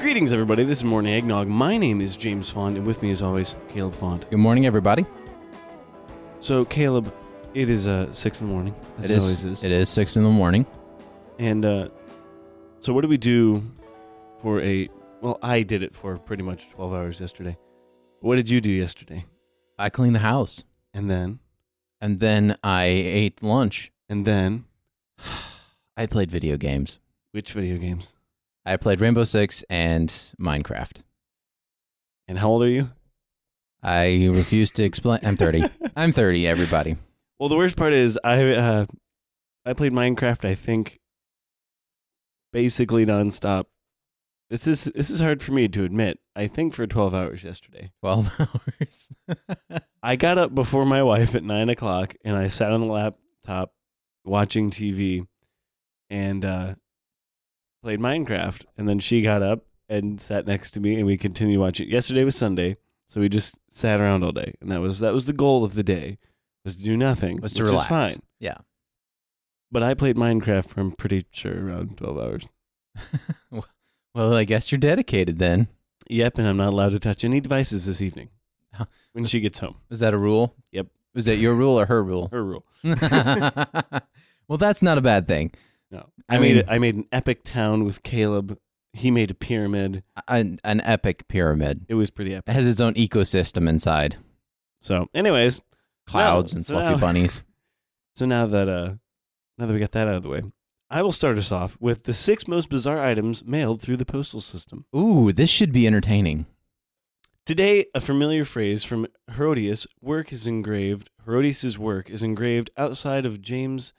Greetings, everybody. This is Morning Eggnog. My name is James Font, and with me, as always, Caleb Font. Good morning, everybody. So, Caleb, it is uh, six in the morning. As it always is. It is six in the morning. And uh, so, what do we do for a? Well, I did it for pretty much twelve hours yesterday. What did you do yesterday? I cleaned the house, And then, and then I ate lunch. and then, I played video games. which video games? I played Rainbow Six and Minecraft. And how old are you? I refuse to explain. I'm thirty. I'm thirty. Everybody. Well, the worst part is I uh, I played Minecraft. I think basically nonstop. This is this is hard for me to admit. I think for twelve hours yesterday. Twelve hours. I got up before my wife at nine o'clock and I sat on the laptop watching TV and uh, played Minecraft. And then she got up and sat next to me and we continued watching. Yesterday was Sunday, so we just sat around all day, and that was that was the goal of the day was to do nothing, Was to which relax. is fine. Yeah. But I played Minecraft for I'm pretty sure around twelve hours. Well, I guess you're dedicated then. Yep, and I'm not allowed to touch any devices this evening Huh. when she gets home. Is that a rule? Yep. Is that your rule or her rule? Her rule. well, that's not a bad thing. No. I I, made mean- I made an epic town with Caleb. He made a pyramid. An, an epic pyramid. It was pretty epic. It has its own ecosystem inside. So, anyways, Clouds Well, and so fluffy now- bunnies. so now that uh now that we got that out of the way, I will start us off with the six most bizarre items mailed through the postal system. Ooh, this should be entertaining. Today, a familiar phrase from Herodias, work is engraved, Herodias' work is engraved outside of James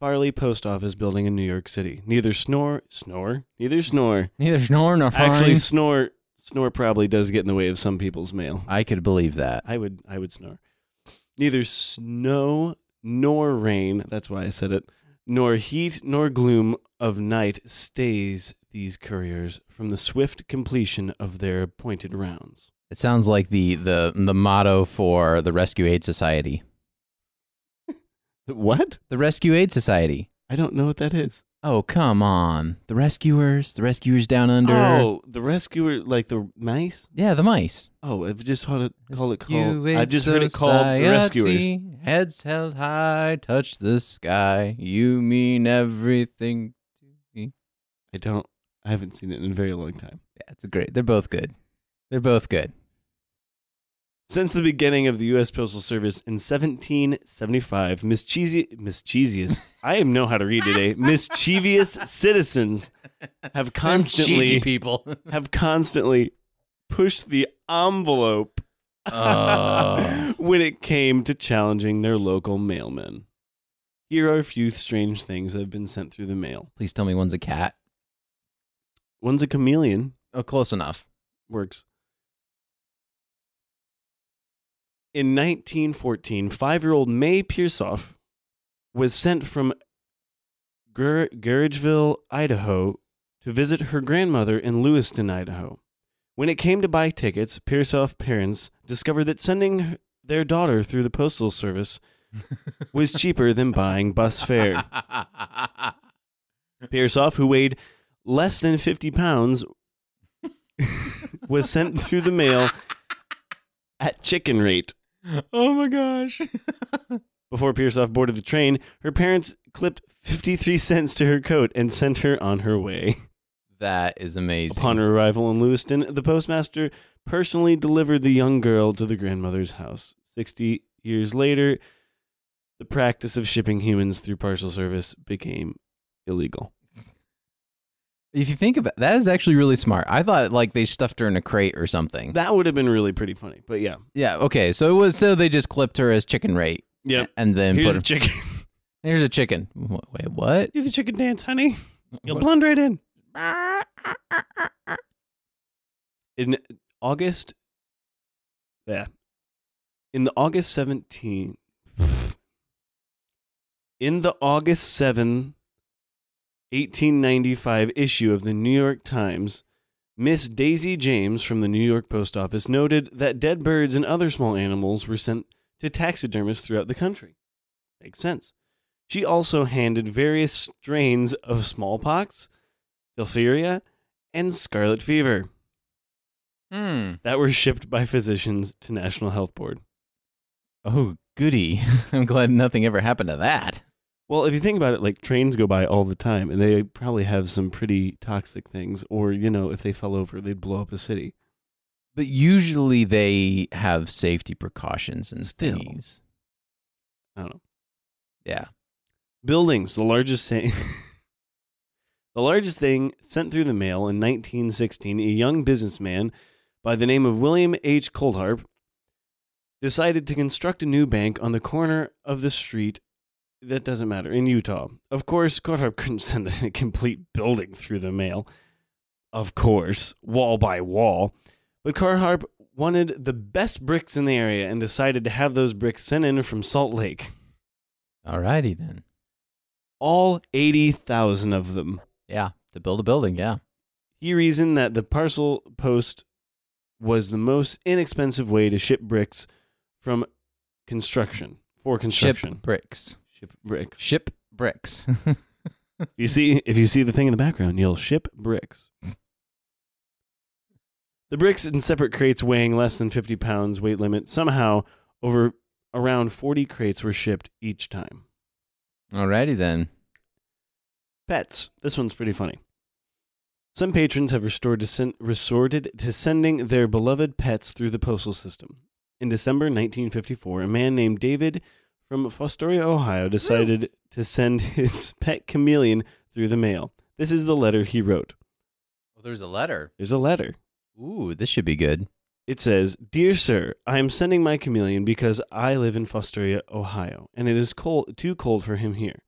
Farley Post Office building in New York City. Neither snore, snore, neither snore. Neither snore nor fine. Actually, snore, snore probably does get in the way of some people's mail. I could believe that. I would I would snore. Neither snow nor rain, that's why I said it, nor heat nor gloom of night stays these couriers from the swift completion of their appointed rounds. It sounds like the the the motto for the Rescue Aid Society. What? The Rescue Aid Society. I don't know what that is. Oh come on, the rescuers, the rescuers down under. Oh, the rescuer like the mice? Yeah, the mice. Oh, I've just heard it call it called Rescue I Aid just heard it called the rescuers. Society, Heads held high, touch the sky. You mean everything to me. I don't I haven't seen it in a very long time. Yeah, it's a great. They're both good. They're both good. Since the beginning of the U.S. Postal Service in 1775, mischievi- mischievous, I am know how to read today, mischievous citizens have Cheesy constantly, people. have constantly pushed the envelope Oh. when it came to challenging their local mailmen. Here are a few strange things that have been sent through the mail. Please tell me one's a cat. One's a chameleon, Oh, close enough. works. In 1914, five year old May Pearsoff was sent from Gur- Garageville, Idaho, to visit her grandmother in Lewiston, Idaho. When it came to buy tickets, Pearsoff parents discovered that sending their daughter through the postal service was cheaper than buying bus fare. Pearsoff, who weighed less than 50 pounds, was sent through the mail at chicken rate. oh my gosh. Before Pearsoff boarded the train, her parents clipped 53 cents to her coat and sent her on her way. That is amazing. Upon her arrival in Lewiston, the postmaster personally delivered the young girl to the grandmother's house. 60 years later, the practice of shipping humans through parcel service became illegal. if you think about that is actually really smart. I thought like they stuffed her in a crate or something. That would have been really pretty funny, but yeah. yeah, okay. So it was so they just clipped her as chicken rate Yep. and then Here's put the her, chicken. Here's a chicken. Wh- Wait, what? Do the chicken dance, honey. You'll What? blend right in. In August, yeah, in the August seventeenth, in the August seventh, eighteen ninety five issue of the New York Times, Miss Daisy James from the New York Post Office noted that dead birds and other small animals were sent to taxidermists throughout the country. Makes sense. She also handed various strains of smallpox, diphtheria, and scarlet fever Hmm. that were shipped by physicians to National Health Board. Oh, goody. I'm glad nothing ever happened to that. Well, if you think about it, like trains go by all the time and they probably have some pretty toxic things, or, you know, if they fell over, they'd blow up a city. But usually they have safety precautions and Still. things. I don't know. Yeah. Buildings, the largest thing. the largest thing sent through the mail in 1916, a young businessman by the name of William H. Coldharp decided to construct a new bank on the corner of the street that doesn't matter in Utah. Of course, Coldharp couldn't send a complete building through the mail. Of course, wall by wall. But Coldharp wanted the best bricks in the area and decided to have those bricks sent in from Salt Lake Alrighty then. all 80,000 of them. Yeah. To build a building. Yeah. He reasoned that the parcel post was the most inexpensive way to ship bricks from construction for Ship construction. bricks. Ship, bricks. Ship bricks. You see, if you see the thing in the background, you'll ship bricks. the bricks in separate crates weighing less than 50 pounds weight limit somehow over around 40 crates were shipped each time. Alrighty then. Pets. This one's pretty funny. Some patrons have restored to sen- resorted to sending their beloved pets through the postal system. In December 1954, a man named David from Fostoria, Ohio, decided to send his pet chameleon through the mail. This is the letter he wrote. Well, Oh, there's a letter. There's a letter. Ooh, this should be good. It says, Dear Sir, I am sending my chameleon because I live in Fostoria, Ohio, and it is cold, too cold for him here.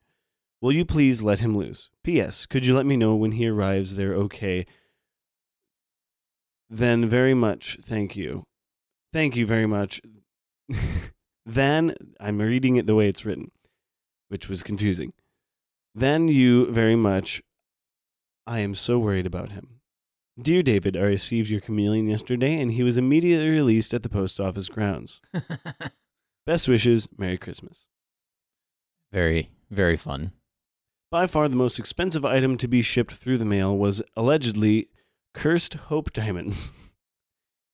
Will you please let him loose? P.S. Could you let me know when he arrives there okay? Then very much thank you. Thank you very much. then, I'm reading it the way it's written, which was confusing. Then you very much. I am so worried about him. Dear David, I received your chameleon yesterday and he was immediately released at the post office grounds. Best wishes, Merry Christmas. very, very fun. By far the most expensive item to be shipped through the mail was allegedly cursed hope diamonds.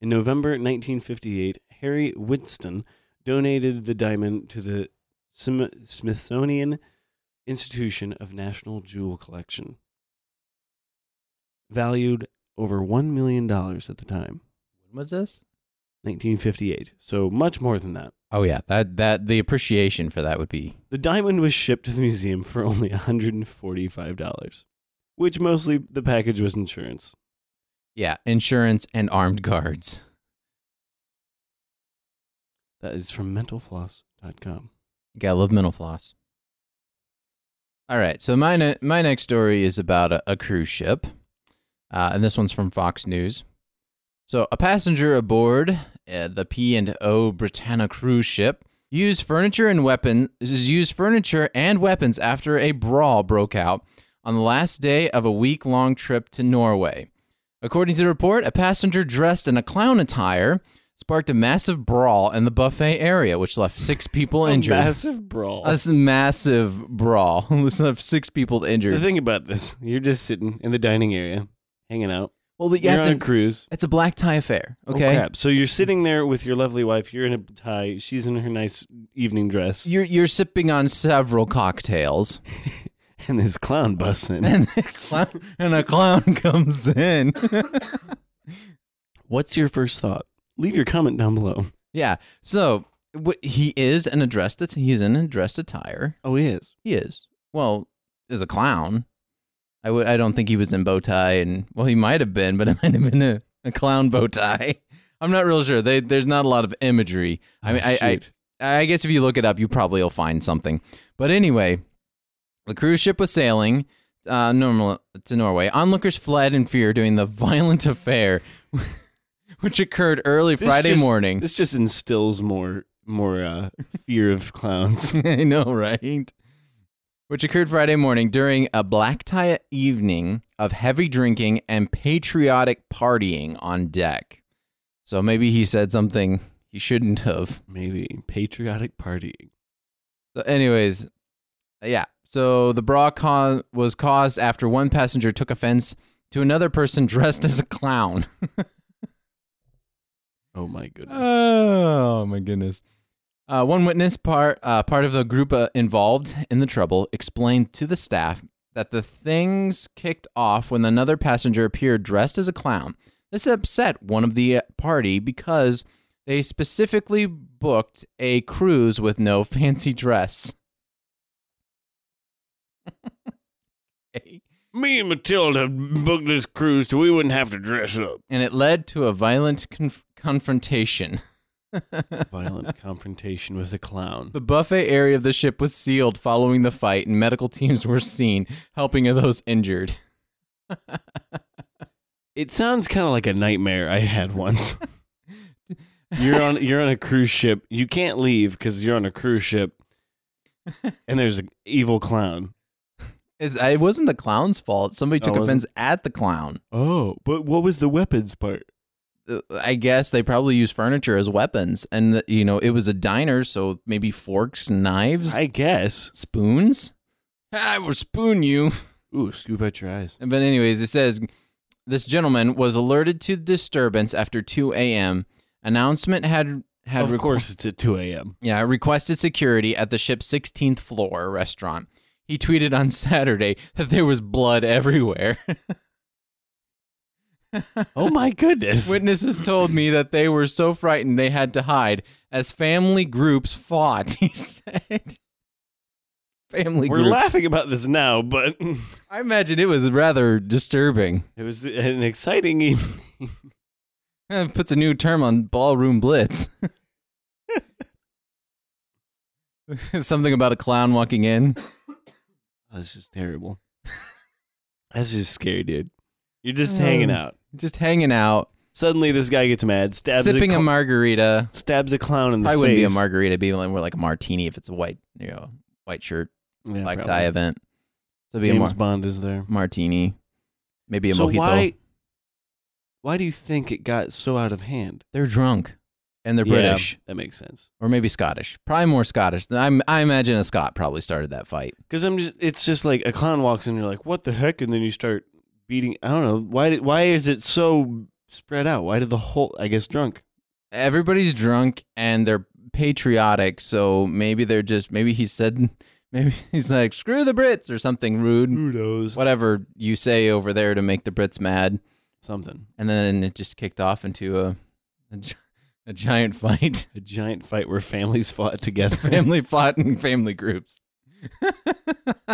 In November 1958, Harry Winston donated the diamond to the Sm- Smithsonian Institution of National Jewel Collection, valued over $1 million at the time. When was this? 1958. So much more than that. Oh yeah, that that the appreciation for that would be The diamond was shipped to the museum for only $145, which mostly the package was insurance. yeah, insurance and armed guards. That is from mentalfloss.com. Gotta love mental floss. All right, so my ne- my next story is about a, a cruise ship, uh, and this one's from Fox News. So a passenger aboard uh, the P and O Britannia cruise ship used furniture and weapons used furniture and weapons after a brawl broke out on the last day of a week long trip to Norway. According to the report, a passenger dressed in a clown attire sparked a massive brawl in the buffet area, which left six people A injured. massive brawl. A s- massive brawl. Let's have six people so injured. think about this. You're just sitting in the dining area, hanging out. well, you You're have on a to. cruise. It's a black tie affair. Oh, Okay. crap. So you're sitting there with your lovely wife. You're in a tie. She's in her nice evening dress. you're you're sipping on several cocktails, And this clown busts in. and the clown, and a clown comes in. What's your first thought? Leave your comment down below. yeah. So wh- he is an addressed. At- he's in an addressed attire. Oh, he is. He is. Well, is a clown. I w- I don't think he was in bow tie, and well, he might have been, but it might have been a, a clown bow tie. I'm not real sure. They, there's not a lot of imagery. I mean, I, I Oh, Shoot. I guess if you look it up, you probably will find something. But anyway, the cruise ship was sailing uh, normal to Norway. Onlookers fled in fear during the violent affair, which occurred early This Friday just- morning. This just instills more more uh, fear of clowns. I know, right? Which occurred Friday morning during a black tie evening of heavy drinking and patriotic partying on deck. So maybe he said something he shouldn't have. Maybe patriotic partying. So, anyways, yeah. So the brawl con- was caused after one passenger took offense to another person dressed as a clown. Oh my goodness. Oh my goodness. Uh, one witness, part uh, part of the group uh, involved in the trouble, explained to the staff that the things kicked off when another passenger appeared dressed as a clown. This upset one of the uh, party because they specifically booked a cruise with no fancy dress. Okay. Me and Matilda booked this cruise so we wouldn't have to dress up. And it led to a violent conf- confrontation. Violent confrontation with a clown. The buffet area of the ship was sealed following the fight, and medical teams were seen helping those injured. It sounds kind of like a nightmare I had once. you're on you're on a cruise ship. You can't leave because you're on a cruise ship, and there's an evil clown. It's, uh, it wasn't the clown's fault. Somebody No, took it wasn't. offense at the clown. Oh, but what was the weapons part? Uh, I guess they probably used furniture as weapons, and uh, you know it was a diner, so maybe forks, knives, I guess. spoons. I will spoon you. Ooh, scoop out your eyes. But anyways, it says this gentleman was alerted to disturbance after 2 a.m. Announcement had had of requ- course, it's at two a.m. Yeah, requested security at the ship's 16th floor restaurant. He tweeted on Saturday that there was blood everywhere. Oh my goodness! Witnesses told me that they were so frightened they had to hide as family groups fought, he said. Family We're groups. laughing about this now, but I imagine it was rather disturbing. it was an exciting e-, evening. Eh, Puts a new term on ballroom blitz. Something about a clown walking in. Oh, this is terrible. That's just scary, dude. You're just hanging Oh. out. Just hanging out, Suddenly, this guy gets mad, stabs sipping a, a cl- margarita. stabs a clown in the Probably face. wouldn't be a margarita. It'd be like, more like a martini if it's a white, you know, white shirt, Yeah, black probably. tie event. So it'd be James a mar- Bond is there. martini, maybe a so mojito. why? Why do you think it got so out of hand? They're drunk, and they're Yeah, British that makes sense. or maybe Scottish. Probably more Scottish. I I imagine a Scot probably started that fight. Because I'm just. It's just like a clown walks in, and you're like, "What the heck?" And then you start beating. I don't know why. Did, why is it so spread out? Why did the whole? I guess drunk. Everybody's drunk and they're patriotic, so maybe they're just maybe he said maybe he's like screw the Brits or something rude, Who knows? whatever you say over there to make the Brits mad. Something. and then it just kicked off into a a, gi- a giant fight. A giant fight where families fought together. family fought in family groups.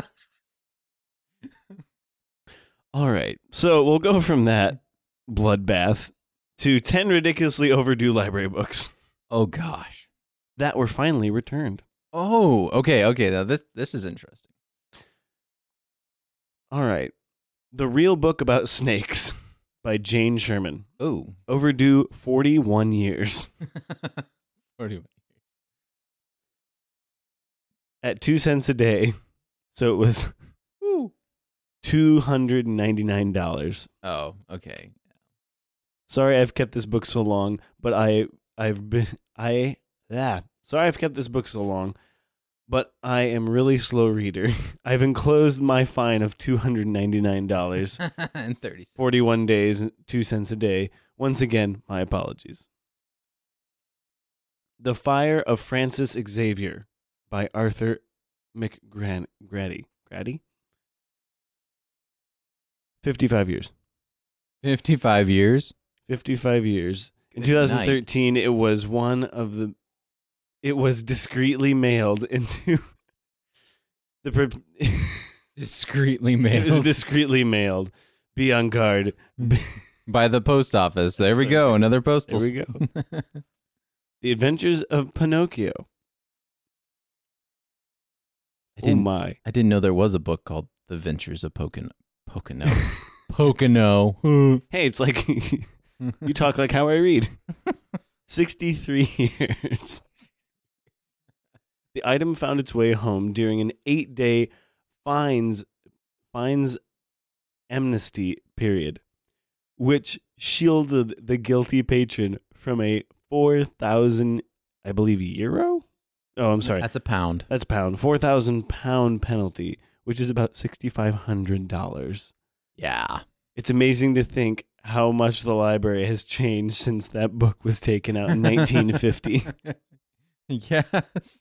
All right. So we'll go from that bloodbath to 10 ridiculously overdue library books oh gosh. that were finally returned. Oh, okay, okay. Now this this is interesting. All right. The Real Book About Snakes by Jane Sherman. Oh. Overdue 41 years at 2 cents a day. So it was $299. Oh, okay. Sorry I've kept this book so long, but I I've been I yeah. Sorry I've kept this book so long, but I am really slow reader. I've enclosed my fine of two hundred ninety nine dollars, and 30 seconds. forty one days, two cents a day. Once again, my apologies. The Fire of Francis Xavier by Arthur McGran Grady. Grady? Fifty five years. 55 years. 55 years. In Good 2013, it was one of the. It was discreetly mailed into the. pre- Discreetly it mailed was discreetly mailed. Be on guard. by the post office. There we Sorry. go. Another postal. There we go. the Adventures of Pinocchio. I Oh didn't my! I didn't know there was a book called The Ventures of Pocono. Pocono. Pocono. Hey, it's like you talk like how I read. Sixty-three years. The item found its way home during an eight-day fines fines amnesty period, which shielded the guilty patron from a four thousand, I believe, euro. Oh, I'm sorry, That's a pound. that's pound. Four thousand pound penalty, which is about sixty-five hundred dollars. Yeah. It's amazing to think how much the library has changed since that book was taken out in 1950. yes.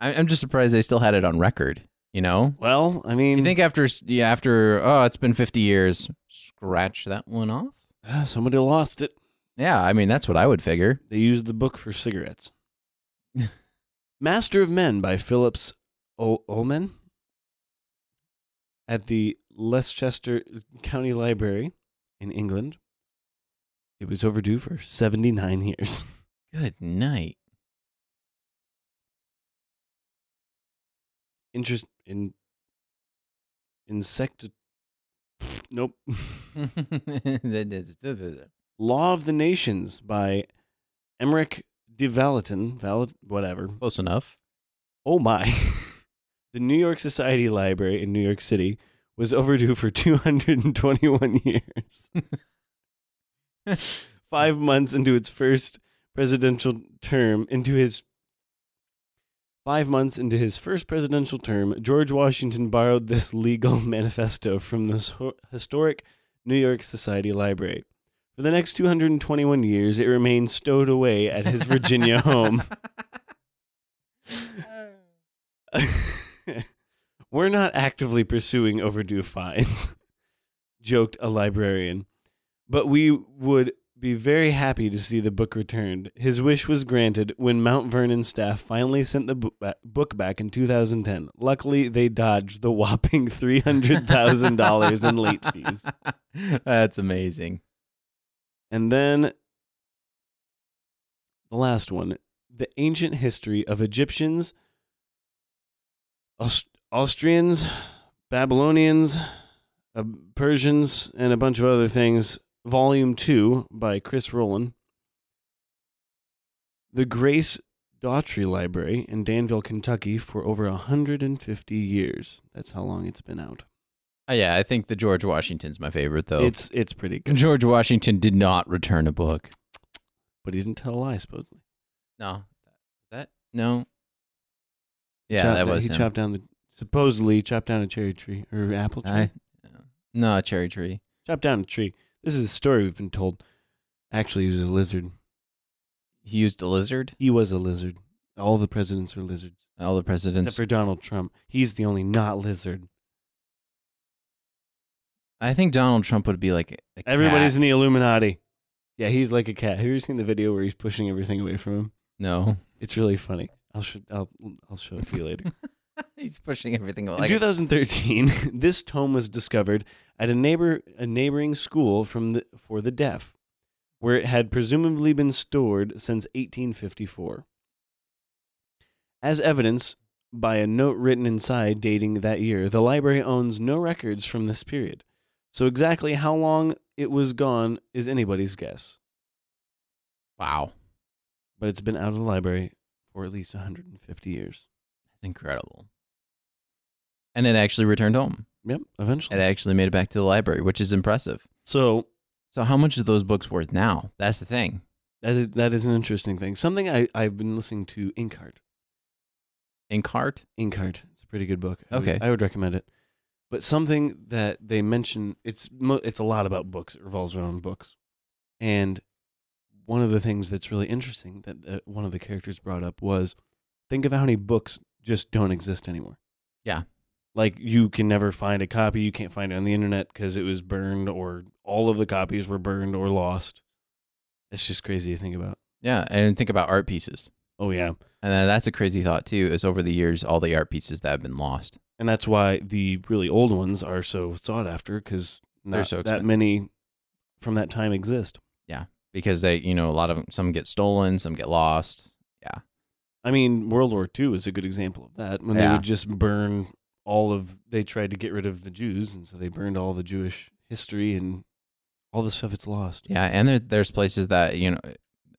I, I'm just surprised they still had it on record. You know, well, I mean, you think after s- yeah, after oh, it's been 50 years, scratch that one off. ah, somebody lost it. Yeah, I mean that's what I would figure. They used the book for cigarettes. Master of Men by Phillips o- Ullman at the Leicester County Library in England. It was overdue for 79 years. Good night. Interest in insect. Nope. Law of the Nations by Emmerich de Valentin. Val- whatever. Close enough. Oh my. the New York Society Library in New York City was overdue for 221 years. Five months into its first presidential term, into his. Five months into his first presidential term, George Washington borrowed this legal manifesto from the so- historic New York Society Library. For the next 221 years, it remained stowed away at his Virginia home. We're not actively pursuing overdue fines, joked a librarian, but we would be very happy to see the book returned. His wish was granted when Mount Vernon staff finally sent the bo- ba- book back in 2010. Luckily, they dodged the whopping $300,000 in late fees. That's amazing. And then the last one the ancient history of Egyptians, Aus- Austrians, Babylonians, uh, Persians, and a bunch of other things. Volume 2 by Chris Rowland. The Grace Daughtry Library in Danville, Kentucky for over 150 years. That's how long it's been out. Uh, yeah, I think the George Washington's my favorite though. It's it's pretty good, George Washington did not return a book. but he didn't tell a lie, supposedly. No, that no. Yeah, Chopped- that was he him. chopped down the supposedly chopped down a cherry tree or apple tree. I- no, cherry tree. Chopped down a tree. This is a story we've been told. Actually, he was a lizard. He used a lizard. He was a lizard. All the presidents are lizards, All the presidents. except for Donald Trump. He's the only not lizard. I think Donald Trump would be like a cat. Everybody's in the Illuminati. Yeah, he's like a cat. Have you ever seen the video where he's pushing everything away from him? no. It's really funny. I'll show I'll, I'll show it to you later. He's pushing everything In like 2013, this tome was discovered at a neighbor a neighboring school from the, for the deaf, where it had presumably been stored since 1854. As evidence by a note written inside dating that year, the library owns no records from this period. So exactly how long it was gone is anybody's guess, wow, but it's been out of the library for at least 150 years. that's incredible. And it actually returned home. Yep, It eventually. actually made it back to the library, which is impressive. So So how much is those books worth now? That's the thing. That is, that is an interesting thing. Something I, I've been listening to Inkheart. In cart? Inkheart. It's a pretty good book. I would- Okay. I would recommend it. But something that they mention, it's, mo- it's a lot about books. It revolves around books. And one of the things that's really interesting that uh, one of the characters brought up was think of how many books just don't exist anymore. Yeah. Like you can never find a copy. You can't find it on the internet because it was burned or all of the copies were burned or lost. It's just crazy to think about. Yeah, and think about art pieces. Oh, yeah. And then that's a crazy thought too. Is over the years, all the art pieces that have been lost. and that's why the really old ones are so sought after because They're not so that expensive. many from that time exist. because they, you know, a lot of 'em- some get stolen, some get lost. I mean, World War II is a good example of that when they Yeah. would just burn all of. They tried to get rid of the Jews, and so they burned all the Jewish history and all the stuff. It's lost. Yeah, and there, there's places that you know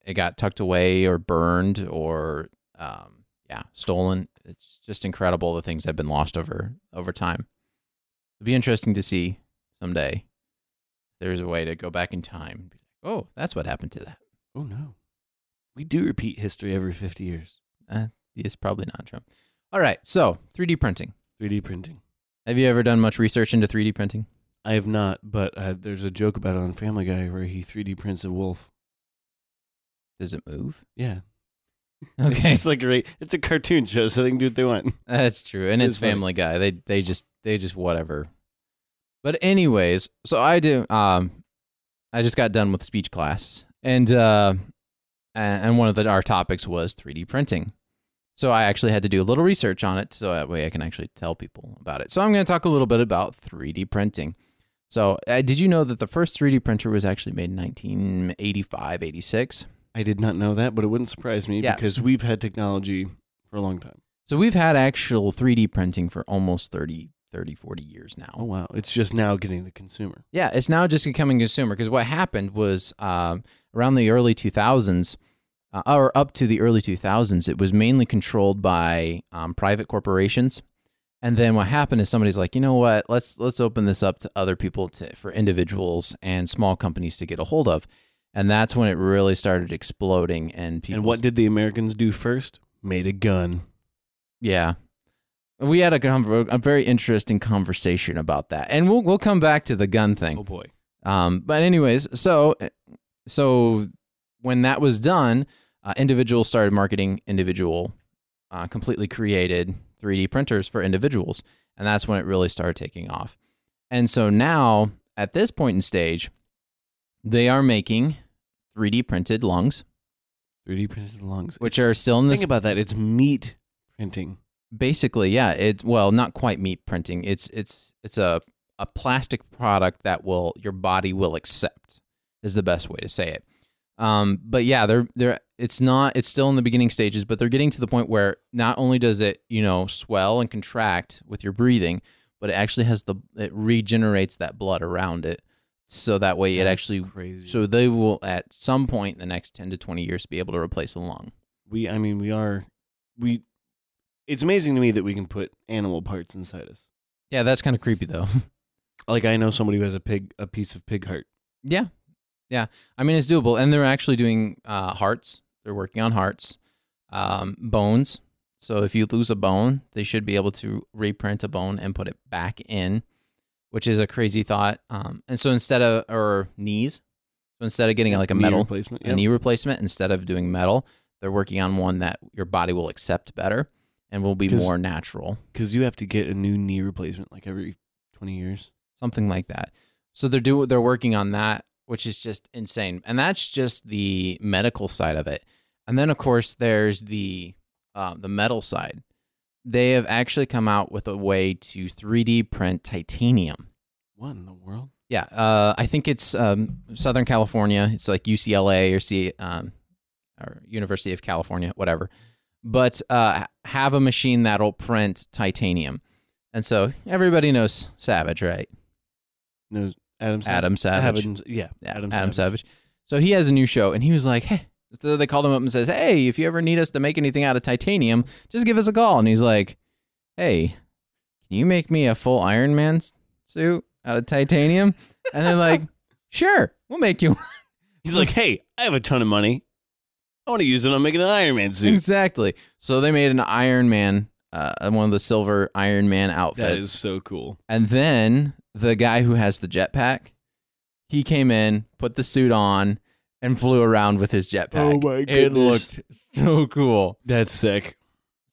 it got tucked away or burned or um, yeah, stolen. It's just incredible the things that have been lost over over time. It'll be interesting to see someday. if There's a way to go back in time. and be like, Oh, that's what happened to that. Oh no, we do repeat history every fifty years. It's probably not Trump. All right, so 3D printing. 3D printing. Have you ever done much research into 3D printing? I have not, but uh, there's a joke about it on Family Guy where he 3D prints a wolf. Does it move? Yeah, it's Okay, just like a, ra- it's a cartoon show, so they can do what they want. that's true. And It it's is funny. Family Guy. They they just they just whatever. But anyways, so I do. Um, I just got done with speech class, and uh, a- and one of the, our topics was 3D printing. So I actually had to do a little research on it, so that way I can actually tell people about it. So I'm going to talk a little bit about 3D printing. So uh, did you know that the first 3D printer was actually made in 1985, 86? I did not know that, but it wouldn't surprise me Yeah. because we've had technology for a long time. So we've had actual 3D printing for almost 30, 30 40 years now. Oh wow, it's just now getting the consumer. Yeah, it's now just becoming consumer because what happened was um, around the early 2000s, uh, or up to the early 2000s, it was mainly controlled by um, private corporations. And then what happened is somebody's like, you know what? Let's let's open this up to other people to, for individuals and small companies to get a hold of, and that's when it really started exploding. And people, And what did the Americans do first? Made a gun. Yeah. We had a, conver- a very interesting conversation about that, and we'll we'll come back to the gun Oh thing. boy. Um, but anyways, so so when that was done, uh, individuals started marketing individual, uh, completely created 3D printers for individuals, and that's when it really started taking off. And so now, at this point in stage, they are making 3D printed lungs, 3D printed lungs. which It's- are still in this think about that. It's meat printing. basically yeah it's well not quite meat printing it's it's it's a a plastic product that will your body will accept is the best way to say it um but yeah they're they're it's not it's still in the beginning stages but they're getting to the point where not only does it you know swell and contract with your breathing but it actually has the it regenerates that blood around it so that way it That's actually crazy. so they will at some point in the next 10 to 20 years be able to replace a lung we I mean we are we it's amazing to me that we can put animal parts inside us. yeah that's kind of creepy though Like I know somebody who has a pig a piece of pig heart. Yeah, yeah. I mean, it's doable, and they're actually doing uh, hearts. They're working on hearts, um, bones. So if you lose a bone, they should be able to reprint a bone and put it back in, which is a crazy thought. Um, and so instead of or knees, so instead of getting like a Knee metal replacement. a Yep. knee replacement, instead of doing metal, they're working on one that your body will accept better and will be 'Cause- more natural. Cuz you have to get a new knee replacement like every 20 years. something like that. So they're do they're working on that, which is just insane, and that's just the medical side of it. And then of course there's the uh, the metal side. They have actually come out with a way to 3D print titanium. What in the world? Yeah, uh, I think it's um, Southern California. It's like UCLA or C um, or University of California, whatever. But uh, have a machine that'll print titanium, and so everybody knows Savage, right? No Adam Savage. Adam Savage. Adam's- yeah, Yeah, Adam Adam, Savage. Savage. So he has a new show, and he was like, "Hey," so they called him up and says, "Hey, if you ever need us to make anything out of titanium, just give us a call." And he's like, "Hey, can you make me a full Iron Man s- suit out of titanium?" And they're like, "Sure, we'll make you." one." He's like, "Hey, I have a ton of money. I want to use it on making an Iron Man suit." exactly. So they made an Iron Man, uh, one of the silver Iron Man outfits. That is so cool. And then the guy who has the jetpack, he came in, put the suit on, and flew around with his jetpack. Oh my It goodness. looked so cool. That's sick.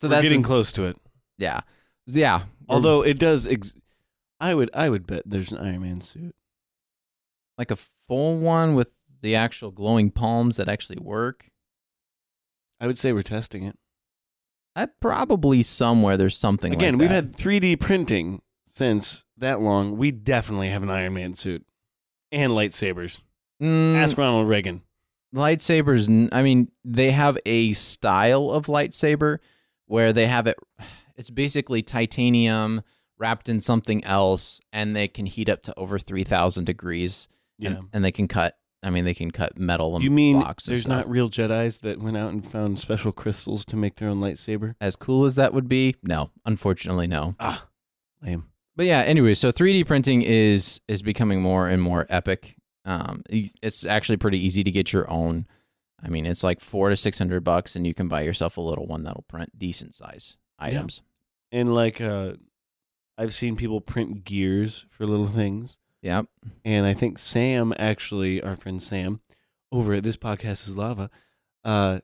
So We're that's getting close to it. yeah, yeah. Although it does ex- I would I would bet there's an Iron Man suit. like a full one with the actual glowing palms that actually work. I would say we're testing it. I probably somewhere there's something. like Again, we've that. had 3D printing since that long. We definitely have an Iron Man suit and lightsabers. Mm, Ask Ronald Reagan. lightsabers n- i mean they have a style of lightsaber where they have it it's basically titanium wrapped in something else and they can heat up to over 3000 degrees Yeah. and, and they can cut i mean they can cut metal and you mean blocks and there's stuff. not real Jedi's that went out and found special crystals to make their own lightsaber? as cool as that would be no unfortunately no Ah, lame. but yeah anyway so 3d printing is is becoming more and more epic um y- it's actually pretty easy to get your own i mean it's like four to six hundred bucks and you can buy yourself a little one that'll print decent size items And like, uh, I've seen people print gears for little things. Yep. and I think Sam actually, our friend Sam, over at this podcast is lava, uh,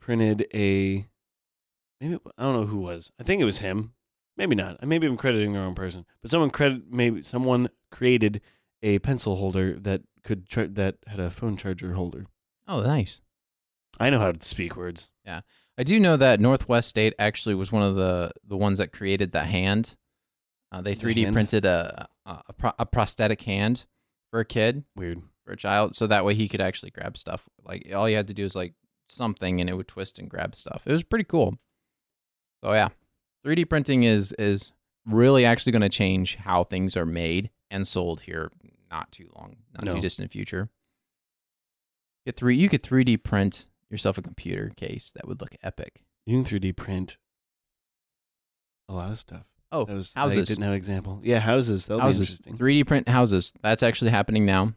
printed a maybe I don't know who was. I think it was him. Maybe not. I maybe I'm crediting the wrong person, but someone credit maybe someone created a pencil holder that could char- that had a phone charger holder. Oh, nice. I know how to speak words. I do know that Northwest State actually was one of the the ones that created the hand. Uh, they The 3D hand? printed a a, a, pro- a prosthetic hand for a kid, Weird. for a child, so that way he could actually grab stuff. Like all you had to do is like something, and it would twist and grab stuff. It was pretty cool. So yeah, 3D printing is is really actually going to change how things are made and sold here. Not too long, not No. too distant future. Get three, you could 3D print yourself a computer case that would look epic. You can 3D print a lot of stuff. Oh, That was I houses. didn't have an example. Yeah, houses. That'll be houses. interesting. 3D print houses. That's actually happening now.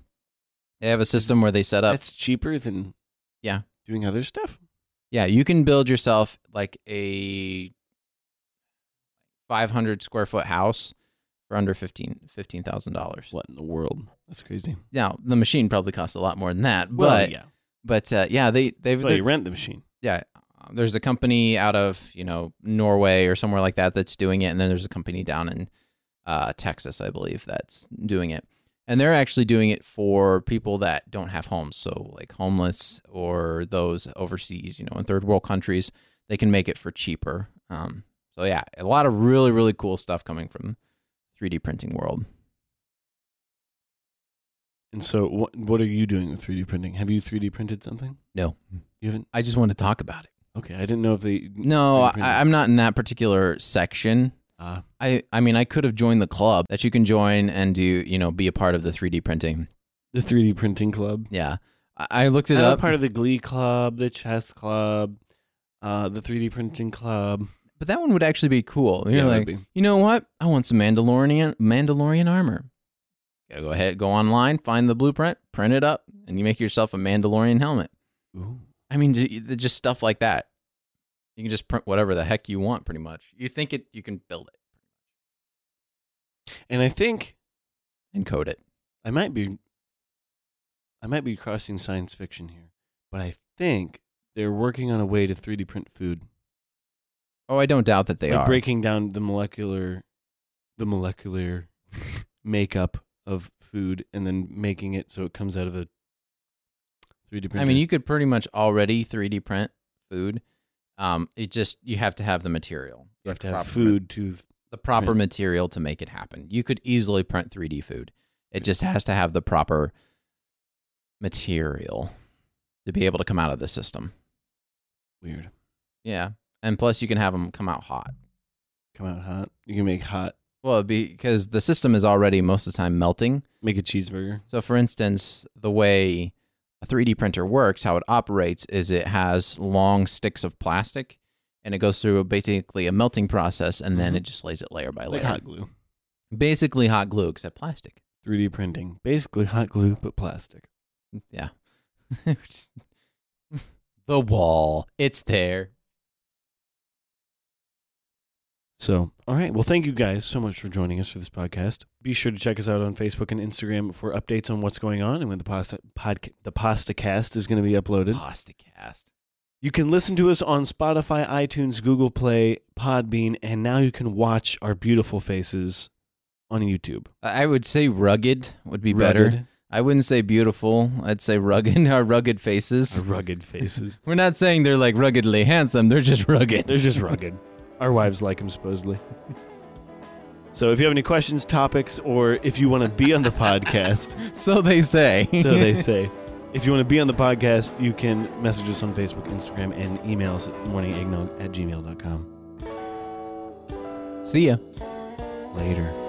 They have a system where they set up. That's cheaper than Yeah. doing other stuff. yeah, you can build yourself like a 500 square foot house for under 15 $15,000. What in the world? That's crazy. Now, the machine probably costs a lot more than that, but well, yeah. but uh, yeah, they they've Well, you rent the machine. yeah, uh, there's a company out of, you know, Norway or somewhere like that that's doing it and then there's a company down in uh, Texas, I believe, that's doing it. And they're actually doing it for people that don't have homes, so like homeless or those overseas, you know, in third world countries, they can make it for cheaper. Um, so yeah, a lot of really really cool stuff coming from 3D printing world. And so, what what are you doing with 3D printing? Have you 3D printed something? No, You haven't. I just want to talk about it. Okay, I didn't know if they. No, 3D I, printing. I'm not in that particular section. Uh, I, I mean, I could have joined the club that you can join and do, you know, be a part of the 3D printing. the 3D printing club. Yeah. I, I looked it I'm up, a part of the Glee Club, the Chess Club, uh, the 3D printing club. but that one would actually be cool. You're Yeah, that'd like, be- you know what? I want some Mandalorian, Mandalorian armor. Yeah, go ahead, go online, find the blueprint, print it up, and you make yourself a Mandalorian helmet. Ooh. I mean, j- j- just stuff like that. You can just print whatever the heck you want, pretty much. You think it, you can build it And I think and code it. I might be. I might be crossing science fiction here, but I think they're working on a way to 3D print food. Oh, I don't doubt that they like are. breaking down the molecular the molecular makeup of food and then making it so it comes out of a 3D printer. I mean, you could pretty much already 3D print food. Um, it just you have to have the material. You have to The have proper ma- food to the proper print. material to make it happen. You could easily print 3D food. It just has to have the proper material to be able to come out of the system. weird Yeah, and plus you can have them come out hot. come out hot. You can make hot Well, it'd be because the system is already most of the time melting. make a cheeseburger. So, for instance, the way a 3D printer works, how it operates, is it has long sticks of plastic and it goes through basically a melting process and then Mhm. it just lays it layer by Like layer. hot glue. Basically, hot glue, except plastic. 3D printing. Basically hot glue but plastic. Yeah. Just- the wall, it's there. So, all right. Well, thank you guys so much for joining us for this podcast. Be sure to check us out on Facebook and Instagram for updates on what's going on and when the pasta podca- the pasta cast is going to be uploaded. Pasta cast. You can listen to us on Spotify, iTunes, Google Play, Podbean, and now you can watch our beautiful faces on YouTube. I I would say rugged would be better. rugged, I wouldn't say beautiful. I'd say rugged. Our rugged faces. Our rugged faces. We're not saying they're like ruggedly handsome. They're just rugged. They're just rugged. Our wives like them, supposedly. So if you have any questions, topics, or if you want to be on the podcast, So they say. so they say, if you want to be on the podcast, you can message us on Facebook, Instagram, and email us at morningeggnog at gmail.com. See ya. Later.